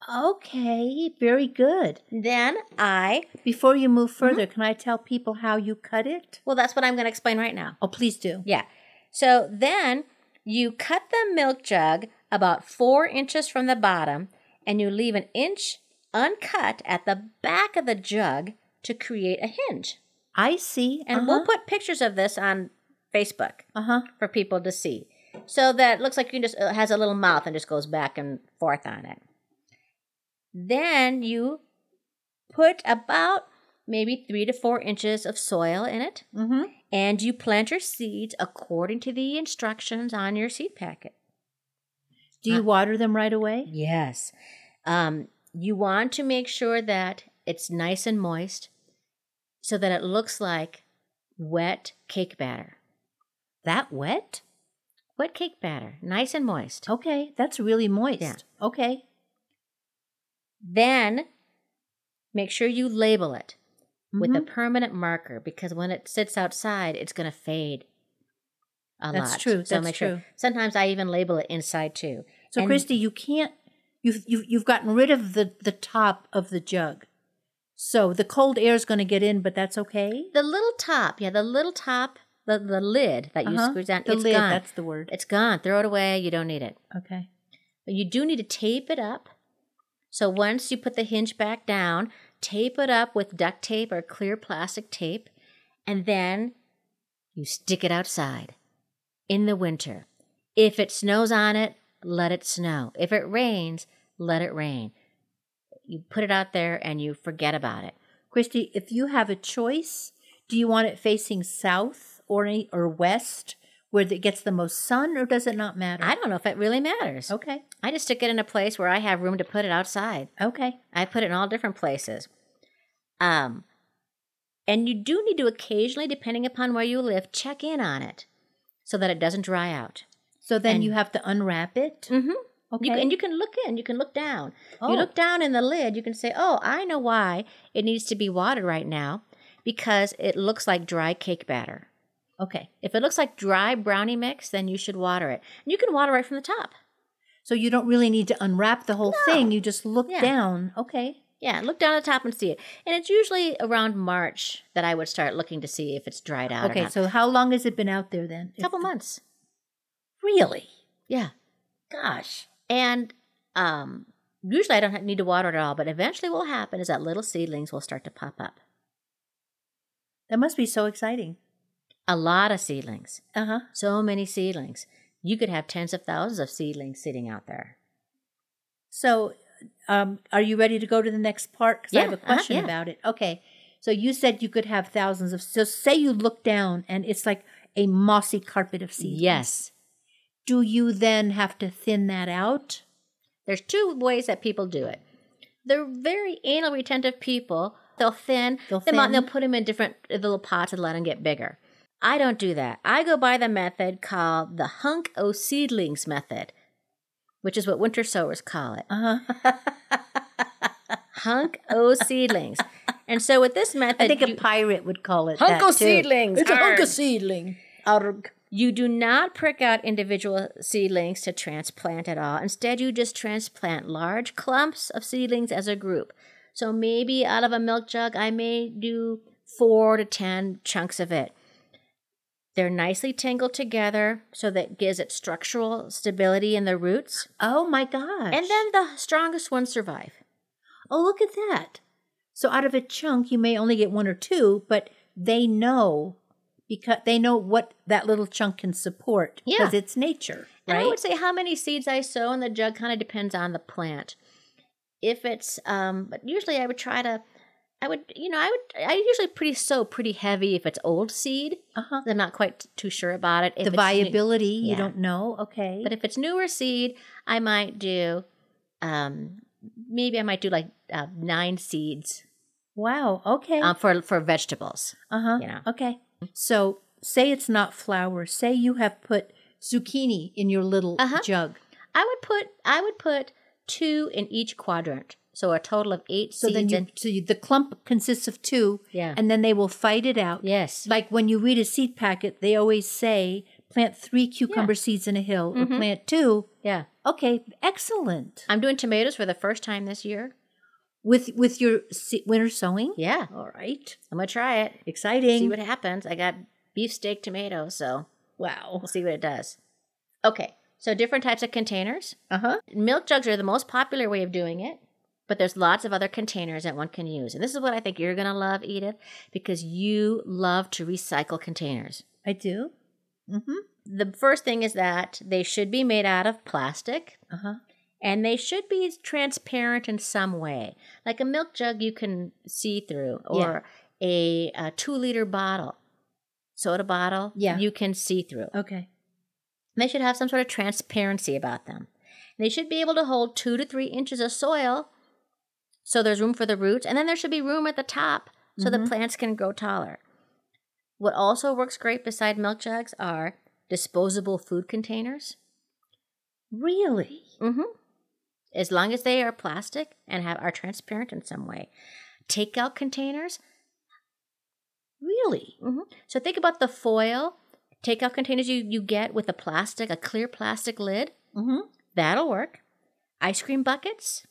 [SPEAKER 1] Okay, very good.
[SPEAKER 2] Then I
[SPEAKER 1] Before you
[SPEAKER 2] Mm-hmm.
[SPEAKER 1] move further, can I tell people how you cut it?
[SPEAKER 2] well, that's what I'm going to explain right now.
[SPEAKER 1] Oh, please do.
[SPEAKER 2] Yeah. So then you cut the milk jug about four inches from the bottom and you leave an inch uncut at the back of the jug to create a hinge.
[SPEAKER 1] I see.
[SPEAKER 2] And we'll put pictures of this on Facebook
[SPEAKER 1] uh huh.
[SPEAKER 2] for people to see. So that it looks like you can just it has a little mouth and just goes back and forth on it. Then you put about maybe three to four inches of soil in it
[SPEAKER 1] Mm-hmm.
[SPEAKER 2] and you plant your seeds according to the instructions on your seed packet.
[SPEAKER 1] Do
[SPEAKER 2] Uh.
[SPEAKER 1] you water them right away?
[SPEAKER 2] Yes. Um, you want to make sure that it's nice and moist so that it looks like wet cake batter.
[SPEAKER 1] That wet?
[SPEAKER 2] Wet cake batter, nice and moist. Oh,
[SPEAKER 1] Okay, that's really moist.
[SPEAKER 2] Yeah.
[SPEAKER 1] Okay.
[SPEAKER 2] Then make sure you label it with a
[SPEAKER 1] Mhm.
[SPEAKER 2] permanent marker because when it sits outside, it's going to fade a
[SPEAKER 1] That's
[SPEAKER 2] lot.
[SPEAKER 1] true,
[SPEAKER 2] So
[SPEAKER 1] that's
[SPEAKER 2] make
[SPEAKER 1] true.
[SPEAKER 2] Sure. Sometimes I even label it inside too.
[SPEAKER 1] So,
[SPEAKER 2] And-
[SPEAKER 1] Christy, you can't. You've, you've you've gotten rid of the the top of the jug, so the cold air is going to get in, but that's okay.
[SPEAKER 2] The little top, yeah, the little top, the, the lid that you
[SPEAKER 1] Uh-huh.
[SPEAKER 2] screw down,
[SPEAKER 1] The
[SPEAKER 2] it's
[SPEAKER 1] lid.
[SPEAKER 2] gone.
[SPEAKER 1] That's the word.
[SPEAKER 2] it's gone. Throw it away. You don't need it.
[SPEAKER 1] okay.
[SPEAKER 2] But you do need to tape it up. So once you put the hinge back down, tape it up with duct tape or clear plastic tape, and then you stick it outside in the winter. If it snows on it, let it snow. If it rains, let it rain. You put it out there and you forget about it.
[SPEAKER 1] Christy, if you have a choice, do you want it facing south or any, or west where it gets the most sun or does it not matter?
[SPEAKER 2] I don't know if it really matters.
[SPEAKER 1] okay.
[SPEAKER 2] I just stick it in a place where I have room to put it outside.
[SPEAKER 1] Okay.
[SPEAKER 2] I put it in all different places. Um, and you do need to occasionally, depending upon where you live, check in on it so that it doesn't dry out.
[SPEAKER 1] So then
[SPEAKER 2] And-
[SPEAKER 1] you have to unwrap it.
[SPEAKER 2] Mm-hmm.
[SPEAKER 1] Okay.
[SPEAKER 2] You, and you can look in, you can look down.
[SPEAKER 1] Oh.
[SPEAKER 2] You look down in the lid, you can say, oh, I know why it needs to be watered right now because it looks like dry cake batter.
[SPEAKER 1] okay.
[SPEAKER 2] If it looks like dry brownie mix, then you should water it. And you can water right from the top.
[SPEAKER 1] So you don't really need to unwrap the whole thing. You just look
[SPEAKER 2] Yeah.
[SPEAKER 1] down. Okay.
[SPEAKER 2] Yeah, look down at the top and see it. And it's usually around March that I would start looking to see if it's dried out. or
[SPEAKER 1] Okay.
[SPEAKER 2] not.
[SPEAKER 1] So how long has it been out there then?
[SPEAKER 2] a couple months.
[SPEAKER 1] Really?
[SPEAKER 2] Yeah,
[SPEAKER 1] Gosh.
[SPEAKER 2] and um, usually I don't ha- need to water it at all, but eventually what will happen is that little seedlings will start to pop up.
[SPEAKER 1] That must be so exciting.
[SPEAKER 2] A lot of seedlings,
[SPEAKER 1] Uh huh.
[SPEAKER 2] so many seedlings. You could have tens of thousands of seedlings sitting out there.
[SPEAKER 1] So, um, are you ready to go to the next part? Because I have
[SPEAKER 2] Yeah,
[SPEAKER 1] a
[SPEAKER 2] uh-huh,
[SPEAKER 1] question
[SPEAKER 2] yeah.
[SPEAKER 1] about it. Okay. So you said you could have thousands of. So say you look down and it's like a mossy carpet of seeds.
[SPEAKER 2] Yes,
[SPEAKER 1] Do you then have to thin that out?
[SPEAKER 2] there's two ways that people do it. They're very anal retentive people. They'll thin
[SPEAKER 1] They'll
[SPEAKER 2] them out and they'll
[SPEAKER 1] thin.
[SPEAKER 2] put them in different little pots and let them get bigger. I don't do that. I go by the method called the hunk o seedlings method, which is what winter sowers call it.
[SPEAKER 1] Uh huh.
[SPEAKER 2] hunk o seedlings. And so with this method,
[SPEAKER 1] I think a
[SPEAKER 2] you,
[SPEAKER 1] pirate would call it that,
[SPEAKER 2] Hunk o'
[SPEAKER 1] too.
[SPEAKER 2] seedlings,
[SPEAKER 1] It's a hunk
[SPEAKER 2] arg.
[SPEAKER 1] of seedling. Arg.
[SPEAKER 2] you do not prick out individual seedlings to transplant at all. Instead, you just transplant large clumps of seedlings as a group. So maybe out of a milk jug, I may do four to ten chunks of it. They're nicely tangled together, so that gives it structural stability in the roots.
[SPEAKER 1] Oh my gosh.
[SPEAKER 2] And then the strongest ones survive.
[SPEAKER 1] Oh, look at that. So out of a chunk, you may only get one or two, but they know because they know what that little chunk can support
[SPEAKER 2] Yeah.
[SPEAKER 1] because it's nature,
[SPEAKER 2] And
[SPEAKER 1] right?
[SPEAKER 2] I would say how many seeds I sow in the jug kind of depends on the plant. If it's, um, but usually I would try to, I would, you know, I would, I usually pretty sow pretty heavy if it's old seed.
[SPEAKER 1] uh-huh.
[SPEAKER 2] I'm not quite too sure about it. If
[SPEAKER 1] The
[SPEAKER 2] it's new-
[SPEAKER 1] viability, you
[SPEAKER 2] Yeah.
[SPEAKER 1] don't know. Okay.
[SPEAKER 2] but if it's newer seed, I might do, um, maybe I might do like uh, nine seeds
[SPEAKER 1] wow. Okay.
[SPEAKER 2] uh, for for vegetables.
[SPEAKER 1] uh-huh.
[SPEAKER 2] you know.
[SPEAKER 1] Okay. So say it's not flour. Say you have put zucchini in your little
[SPEAKER 2] Uh-huh.
[SPEAKER 1] jug.
[SPEAKER 2] I would put I would put two in each quadrant, so a total of eight
[SPEAKER 1] So
[SPEAKER 2] seeds.
[SPEAKER 1] then you,
[SPEAKER 2] in-
[SPEAKER 1] so you, the clump consists of two,
[SPEAKER 2] Yeah.
[SPEAKER 1] and then they will fight it out.
[SPEAKER 2] yes,
[SPEAKER 1] like when you read a seed packet, they always say plant three cucumber seeds in a hill
[SPEAKER 2] Mm-hmm.
[SPEAKER 1] or plant two.
[SPEAKER 2] yeah.
[SPEAKER 1] Okay, excellent.
[SPEAKER 2] I'm doing tomatoes for the first time this year.
[SPEAKER 1] With with your se- winter sowing,
[SPEAKER 2] Yeah.
[SPEAKER 1] all right,
[SPEAKER 2] I'm gonna try it.
[SPEAKER 1] exciting.
[SPEAKER 2] See what happens. I got beefsteak tomatoes, so
[SPEAKER 1] wow.
[SPEAKER 2] we'll see what it does. Okay. So different types of containers.
[SPEAKER 1] Uh huh.
[SPEAKER 2] Milk jugs are the most popular way of doing it, but there's lots of other containers that one can use. And this is what I think you're gonna love, Edith, because you love to recycle containers.
[SPEAKER 1] I do. Mm-hmm.
[SPEAKER 2] The first thing is that they should be made out of plastic.
[SPEAKER 1] Uh huh.
[SPEAKER 2] and they should be transparent in some way like a milk jug you can see through or a, a two liter bottle soda bottle
[SPEAKER 1] Yeah.
[SPEAKER 2] you can see through
[SPEAKER 1] Okay.
[SPEAKER 2] they should have some sort of transparency about them they should be able to hold two to three inches of soil so there's room for the roots and then there should be room at the top so the plants can grow taller what also works great beside milk jugs are disposable food containers
[SPEAKER 1] Really?
[SPEAKER 2] Mm-hmm. As long as they are plastic and have are transparent in some way. Takeout containers.
[SPEAKER 1] Really?
[SPEAKER 2] Mm-hmm. So think about the foil takeout containers you, you get with a plastic, a clear plastic lid.
[SPEAKER 1] Mm-hmm.
[SPEAKER 2] That'll work. Ice cream buckets.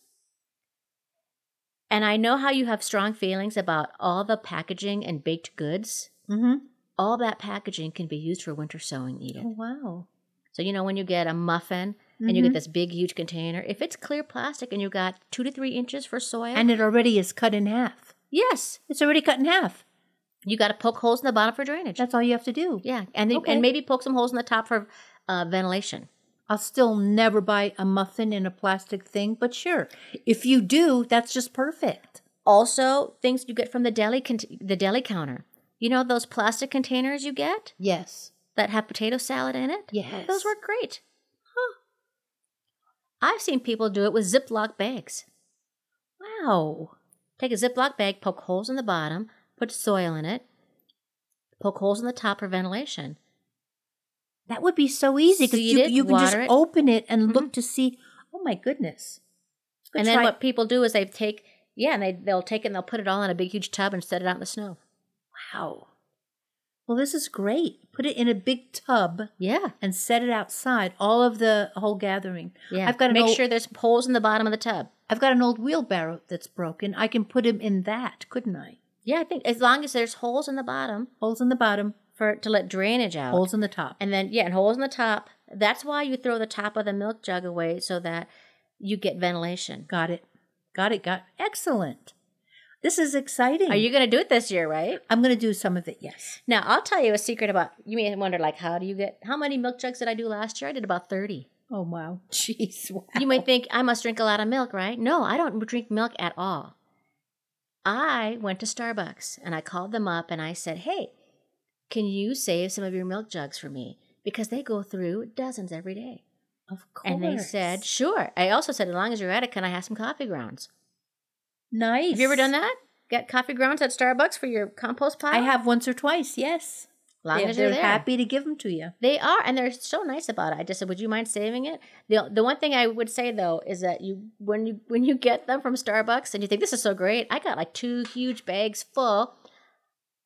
[SPEAKER 2] And I know how you have strong feelings about all the packaging and baked goods.
[SPEAKER 1] Mm-hmm.
[SPEAKER 2] All that packaging can be used for winter sewing, Edith.
[SPEAKER 1] Oh, wow.
[SPEAKER 2] So you know when you get a muffin and you
[SPEAKER 1] Mm-hmm.
[SPEAKER 2] get this big huge container, if it's clear plastic and you got two to three inches for soil,
[SPEAKER 1] And it already is cut in half.
[SPEAKER 2] yes,
[SPEAKER 1] It's already cut in half.
[SPEAKER 2] you got to poke holes in the bottom for drainage.
[SPEAKER 1] That's all you have to do.
[SPEAKER 2] yeah, and then-
[SPEAKER 1] Okay.
[SPEAKER 2] and maybe poke some holes in the top for uh, ventilation.
[SPEAKER 1] I'll still never buy a muffin in a plastic thing, but sure. If you do, that's just perfect.
[SPEAKER 2] Also, things you get from the deli con- the deli counter. You know those plastic containers you get
[SPEAKER 1] Yes.
[SPEAKER 2] that have potato salad in it?
[SPEAKER 1] Yes.
[SPEAKER 2] Those work great. Huh. I've seen people do it with Ziploc bags. Wow. Take a Ziploc bag, poke holes in the bottom, put soil in it, poke holes in the top for ventilation.
[SPEAKER 1] That would be so easy because
[SPEAKER 2] Seed
[SPEAKER 1] you,
[SPEAKER 2] it,
[SPEAKER 1] you can just
[SPEAKER 2] water it. Mm-hmm.
[SPEAKER 1] open it and look to see, oh my goodness. Good
[SPEAKER 2] and then
[SPEAKER 1] try.
[SPEAKER 2] what people do is they take, yeah, and they, they'll take it and they'll put it all in a big, huge tub and set it out in the snow.
[SPEAKER 1] Wow. Well, this is great. Put it in a big tub
[SPEAKER 2] Yeah.
[SPEAKER 1] and set it outside. All of the whole gathering.
[SPEAKER 2] Yeah.
[SPEAKER 1] I've got an
[SPEAKER 2] Make
[SPEAKER 1] old,
[SPEAKER 2] sure there's holes in the bottom of the tub.
[SPEAKER 1] I've got an old wheelbarrow that's broken. I can put him in that, couldn't I?
[SPEAKER 2] Yeah, I think as long as there's holes in the bottom
[SPEAKER 1] Holes in the bottom,
[SPEAKER 2] for it to let drainage out.
[SPEAKER 1] holes in the top.
[SPEAKER 2] And then, yeah, and holes in the top. That's why you throw the top of the milk jug away so that you get ventilation.
[SPEAKER 1] Got it. Got it. Got excellent. This is exciting.
[SPEAKER 2] Are you going to do it this year, right?
[SPEAKER 1] I'm going to do some of it. Yes.
[SPEAKER 2] Now, I'll tell you a secret about you may wonder, like, how do you get how many milk jugs did I do last year? I did about 30.
[SPEAKER 1] Oh wow. Jeez. Wow.
[SPEAKER 2] You might think I must drink a lot of milk, right? No, I don't drink milk at all. I went to Starbucks and I called them up and I said, Hey, can you save some of your milk jugs for me? Because they go through dozens every day.
[SPEAKER 1] Of course.
[SPEAKER 2] And they said, Sure. I also said, As long as you're at it, can I have some coffee grounds?
[SPEAKER 1] "Nice."
[SPEAKER 2] Have you ever done that? Got coffee grounds at Starbucks for your compost pile?
[SPEAKER 1] I have once or twice. Yes.
[SPEAKER 2] Long
[SPEAKER 1] They-
[SPEAKER 2] as
[SPEAKER 1] they're
[SPEAKER 2] you're there.
[SPEAKER 1] happy to give them to you.
[SPEAKER 2] They are, and they're so nice about it. I just said, "Would you mind saving it?" the The one thing I would say though is that you, when you when you get them from Starbucks and you think this is so great, I got like two huge bags full,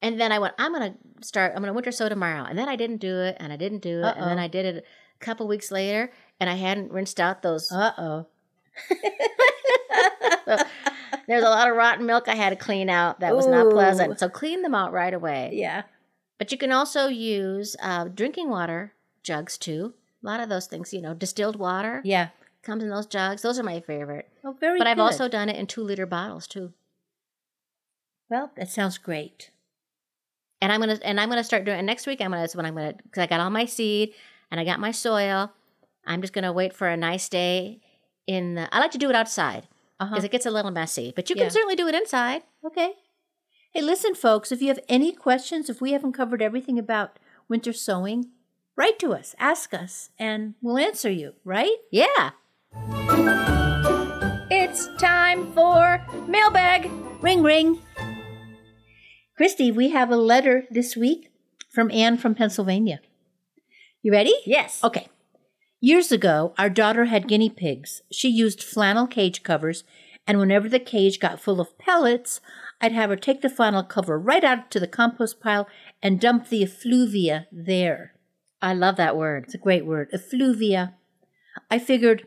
[SPEAKER 2] and then I went, "I'm gonna start. I'm gonna winter sow tomorrow," and then I didn't do it, and I didn't do it, and then
[SPEAKER 1] Uh-oh.
[SPEAKER 2] I did it a couple weeks later, and I hadn't rinsed out those.
[SPEAKER 1] Uh oh.
[SPEAKER 2] There's a lot of rotten milk I had to clean out that was not
[SPEAKER 1] Ooh.
[SPEAKER 2] pleasant. So clean them out right away.
[SPEAKER 1] Yeah.
[SPEAKER 2] But you can also use uh, drinking water jugs too. A lot of those things, you know, distilled water
[SPEAKER 1] Yeah.
[SPEAKER 2] comes in those jugs. Those are my favorite.
[SPEAKER 1] Oh, very.
[SPEAKER 2] but I've
[SPEAKER 1] good.
[SPEAKER 2] also done it in two liter bottles too.
[SPEAKER 1] Well, that sounds great.
[SPEAKER 2] And I'm gonna and I'm gonna start doing. And next week I'm gonna. That's when I'm gonna because I got all my seed and I got my soil. I'm just gonna wait for a nice day. In the, I like to do it outside
[SPEAKER 1] Uh
[SPEAKER 2] because it gets a little messy, but you
[SPEAKER 1] Yeah.
[SPEAKER 2] can certainly do it inside.
[SPEAKER 1] Okay. Hey, listen, folks, if you have any questions, if we haven't covered everything about winter sewing, write to us, ask us, and we'll answer you, right?
[SPEAKER 2] Yeah. It's time for mailbag.
[SPEAKER 1] Ring, ring. Christy, we have a letter this week from Anne from Pennsylvania. You ready?
[SPEAKER 2] Yes.
[SPEAKER 1] Okay. Years ago, our daughter had guinea pigs. She used flannel cage covers, and whenever the cage got full of pellets, I'd have her take the flannel cover right out to the compost pile and dump the effluvia there.
[SPEAKER 2] I love that word.
[SPEAKER 1] It's a great word, effluvia. I figured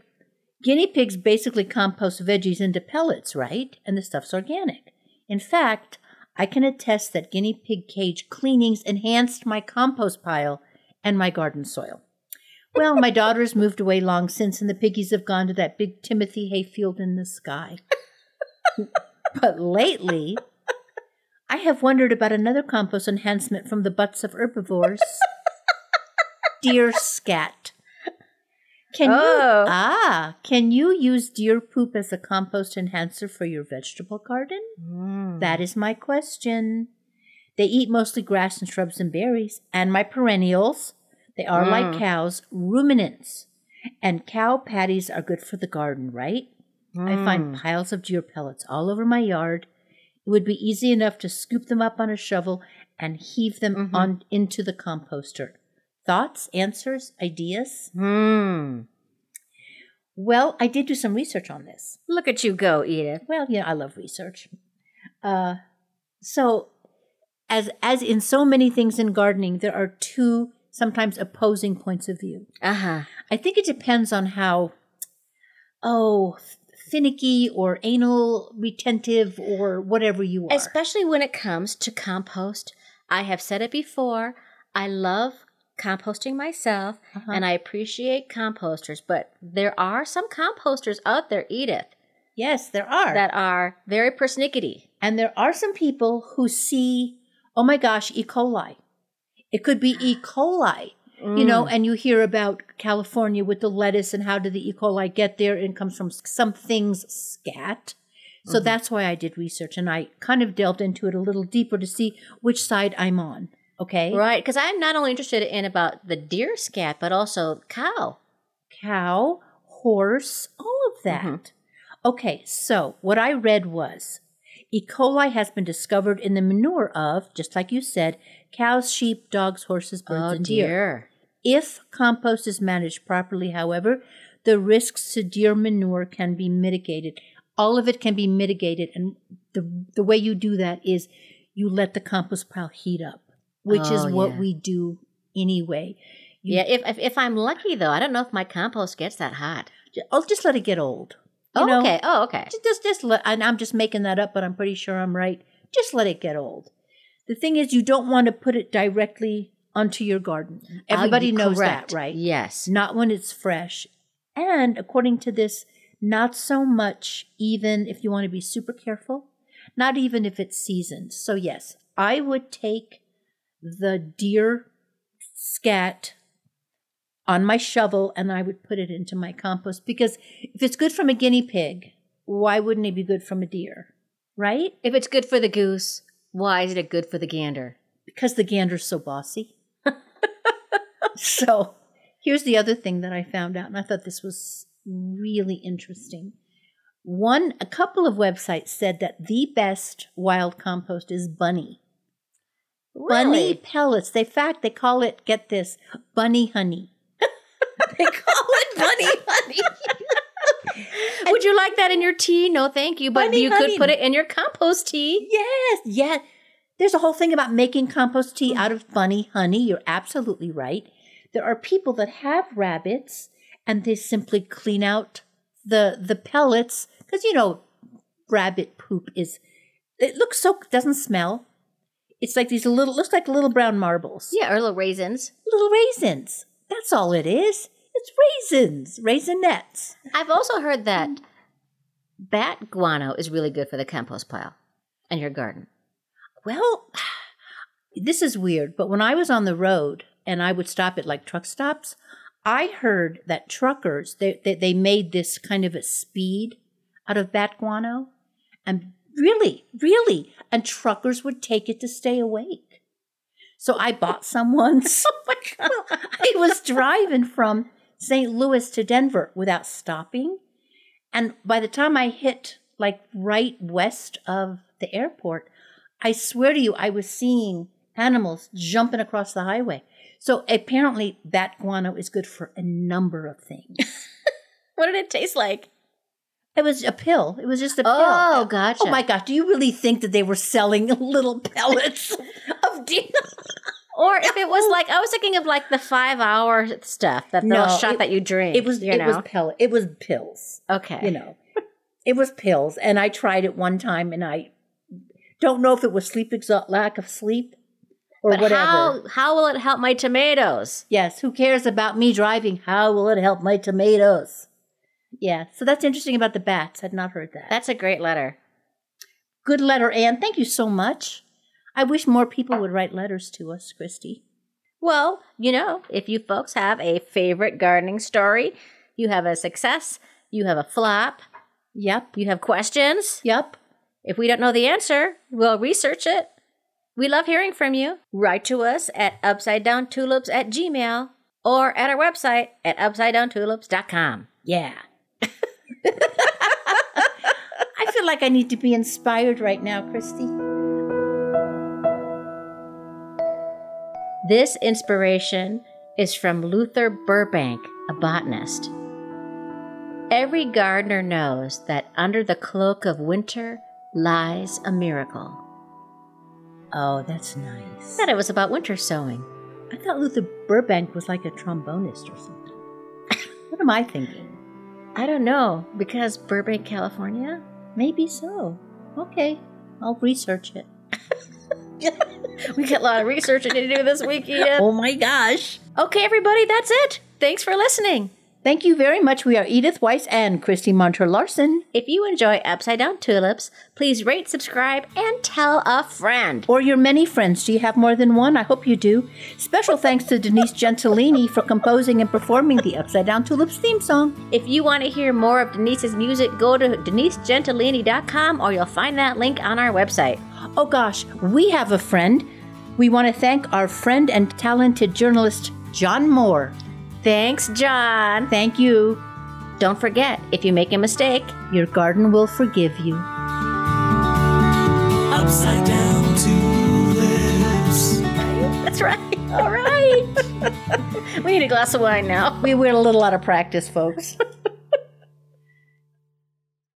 [SPEAKER 1] guinea pigs basically compost veggies into pellets, right? And the stuff's organic. In fact, I can attest that guinea pig cage cleanings enhanced my compost pile and my garden soil. Well, my daughter's moved away long since, and the piggies have gone to that big Timothy hayfield in the sky. but lately, I have wondered about another compost enhancement from the butts of herbivores deer scat. Can
[SPEAKER 2] Oh.
[SPEAKER 1] you ah can you use deer poop as a compost enhancer for your vegetable garden? That is my question. They eat mostly grass and shrubs and berries, and my perennials. They are like cows, ruminants. And cow patties are good for the garden, right? I find piles of deer pellets all over my yard. It would be easy enough to scoop them up on a shovel and heave them on into the composter. Thoughts, answers, ideas?
[SPEAKER 2] Hmm.
[SPEAKER 1] Well, I did do some research on this.
[SPEAKER 2] Look at you go, Edith.
[SPEAKER 1] Well, you know, I love research. Uh, so, as as in so many things in gardening, there are two sometimes opposing points of view.
[SPEAKER 2] Uh huh.
[SPEAKER 1] I think it depends on how, oh, f- finicky or anal retentive or whatever you are.
[SPEAKER 2] Especially when it comes to compost. I have said it before. I love composting myself
[SPEAKER 1] Uh-huh.
[SPEAKER 2] and I appreciate composters, but there are some composters out there, Edith,
[SPEAKER 1] yes, there are.
[SPEAKER 2] that are very persnickety.
[SPEAKER 1] and there are some people who see, oh my gosh, E. coli. It could be E. coli. you know, and you hear about California with the lettuce and how did the E. coli get there? And it comes from s- some things scat. So that's why I did research and I kind of delved into it a little deeper to see which side I'm on. Okay.
[SPEAKER 2] Right, because I'm not only interested in about the deer scat, but also cow.
[SPEAKER 1] cow, horse, all of
[SPEAKER 2] Mm-hmm.
[SPEAKER 1] that. Okay, so what I read was E. coli has been discovered in the manure of, just like you said, cows, sheep, dogs, horses, birds,
[SPEAKER 2] Oh,
[SPEAKER 1] and Oh, deer. If compost is managed properly, however, the risks to deer manure can be mitigated. All of it can be mitigated, and the the way you do that is you let the compost pile heat up, which is
[SPEAKER 2] Oh,
[SPEAKER 1] what
[SPEAKER 2] yeah.
[SPEAKER 1] we do anyway. You-
[SPEAKER 2] Yeah, if, if if I'm lucky though, I don't know if my compost gets that hot.
[SPEAKER 1] Ju- I'll just let it get old. You
[SPEAKER 2] Oh,
[SPEAKER 1] know?
[SPEAKER 2] okay. Oh, okay.
[SPEAKER 1] Ju- just just let and I'm just making that up, but I'm pretty sure I'm right. Just let it get old. The thing is you don't want to put it directly onto your garden.
[SPEAKER 2] Oh,
[SPEAKER 1] Everybody
[SPEAKER 2] you-
[SPEAKER 1] knows
[SPEAKER 2] correct.
[SPEAKER 1] that, right?
[SPEAKER 2] Yes.
[SPEAKER 1] Not when it's fresh. And according to this, not so much even if you want to be super careful, not even if it's seasoned. So yes, I would take the deer scat on my shovel and I would put it into my compost because if it's good from a guinea pig, why wouldn't it be good from a deer? Right?
[SPEAKER 2] If it's good for the goose, why is it good for the gander?
[SPEAKER 1] Because the gander's so bossy. so here's the other thing that I found out, and I thought this was really interesting. One, a couple of websites said that the best wild compost is bunny. Bunny pellets. They fact they call it, get this, bunny honey.
[SPEAKER 2] They call it bunny honey. Would you like that in your tea? No, thank you. But
[SPEAKER 1] Bunny
[SPEAKER 2] you
[SPEAKER 1] honey.
[SPEAKER 2] could put it in your compost tea.
[SPEAKER 1] Yes, yeah. There's a whole thing about making compost tea out of bunny honey. You're absolutely right. There are people that have rabbits and they simply clean out the the pellets because you know rabbit poop is it looks so doesn't smell. It's like these little looks like little brown marbles.
[SPEAKER 2] Yeah, or little raisins.
[SPEAKER 1] Little raisins. That's all it is. It's raisins, raisinettes.
[SPEAKER 2] I've also heard that bat guano is really good for the compost pile and your garden.
[SPEAKER 1] Well, this is weird, but when I was on the road and I would stop at like truck stops, I heard that truckers they they, they made this kind of a speed out of bat guano, and really, really, and truckers would take it to stay awake. So I bought some once. oh my god! I was driving from St. Louis to Denver without stopping, and by the time I hit like right west of the airport, I swear to you, I was seeing animals jumping across the highway. So apparently, bat guano is good for a number of things.
[SPEAKER 2] What did it taste like?
[SPEAKER 1] It was a pill. It was just a pill.
[SPEAKER 2] Oh, gotcha.
[SPEAKER 1] Oh my gosh, do you really think that they were selling little pellets of deer?
[SPEAKER 2] Or if it was like I was thinking of like the five hour stuff, that
[SPEAKER 1] No,
[SPEAKER 2] little shot
[SPEAKER 1] it-
[SPEAKER 2] that you drink.
[SPEAKER 1] It was
[SPEAKER 2] you
[SPEAKER 1] it
[SPEAKER 2] know.
[SPEAKER 1] was pellet. It was pills.
[SPEAKER 2] okay.
[SPEAKER 1] You know. It was pills and I tried it one time and I don't know if it was sleep exhaust lack of sleep or
[SPEAKER 2] but
[SPEAKER 1] whatever.
[SPEAKER 2] how how will it help my tomatoes?
[SPEAKER 1] Yes, who cares about me driving? How will it help my tomatoes? Yeah, so that's interesting about the bats. I'd not heard that.
[SPEAKER 2] That's a great letter.
[SPEAKER 1] Good letter, Anne. Thank you so much. I wish more people would write letters to us, Christy.
[SPEAKER 2] Well, you know, if you folks have a favorite gardening story, you have a success, you have a flop,
[SPEAKER 1] Yep,
[SPEAKER 2] you have questions.
[SPEAKER 1] yep.
[SPEAKER 2] If we don't know the answer, we'll research it. We love hearing from you. Write to us at upside down tulips at gmail or at our website at upside down tulips.com.
[SPEAKER 1] Yeah. I feel like I need to be inspired right now, Christy.
[SPEAKER 2] This inspiration is from Luther Burbank, a botanist. Every gardener knows that under the cloak of winter lies a miracle.
[SPEAKER 1] Oh, that's nice.
[SPEAKER 2] That it was about winter sowing.
[SPEAKER 1] I thought Luther Burbank was like a trombonist or something. what am I thinking?
[SPEAKER 2] I don't know, because Burbank, California?
[SPEAKER 1] Maybe so. Okay, I'll research it.
[SPEAKER 2] We got a lot of researching to do this week, Edith.
[SPEAKER 1] Oh my gosh.
[SPEAKER 2] Okay, everybody, that's it. Thanks for listening.
[SPEAKER 1] Thank you very much. We are Edith Weiss and Christy Monter Larson.
[SPEAKER 2] If you enjoy Upside Down Tulips, please rate, subscribe, and tell a friend.
[SPEAKER 1] Or your many friends. Do you have more than one? I hope you do. Special thanks to Denise Gentilini for composing and performing the Upside Down Tulips theme song.
[SPEAKER 2] If you want to hear more of Denise's music, go to denisegentilini.com or you'll find that link on our website.
[SPEAKER 1] Oh gosh, we have a friend. We want to thank our friend and talented journalist, John Moore.
[SPEAKER 2] Thanks, John.
[SPEAKER 1] Thank you.
[SPEAKER 2] Don't forget, if you make a mistake,
[SPEAKER 1] Your garden will forgive you.
[SPEAKER 3] Upside down tulips.
[SPEAKER 2] that's right. All right. we need a glass of wine now.
[SPEAKER 1] We were a little out of practice, folks.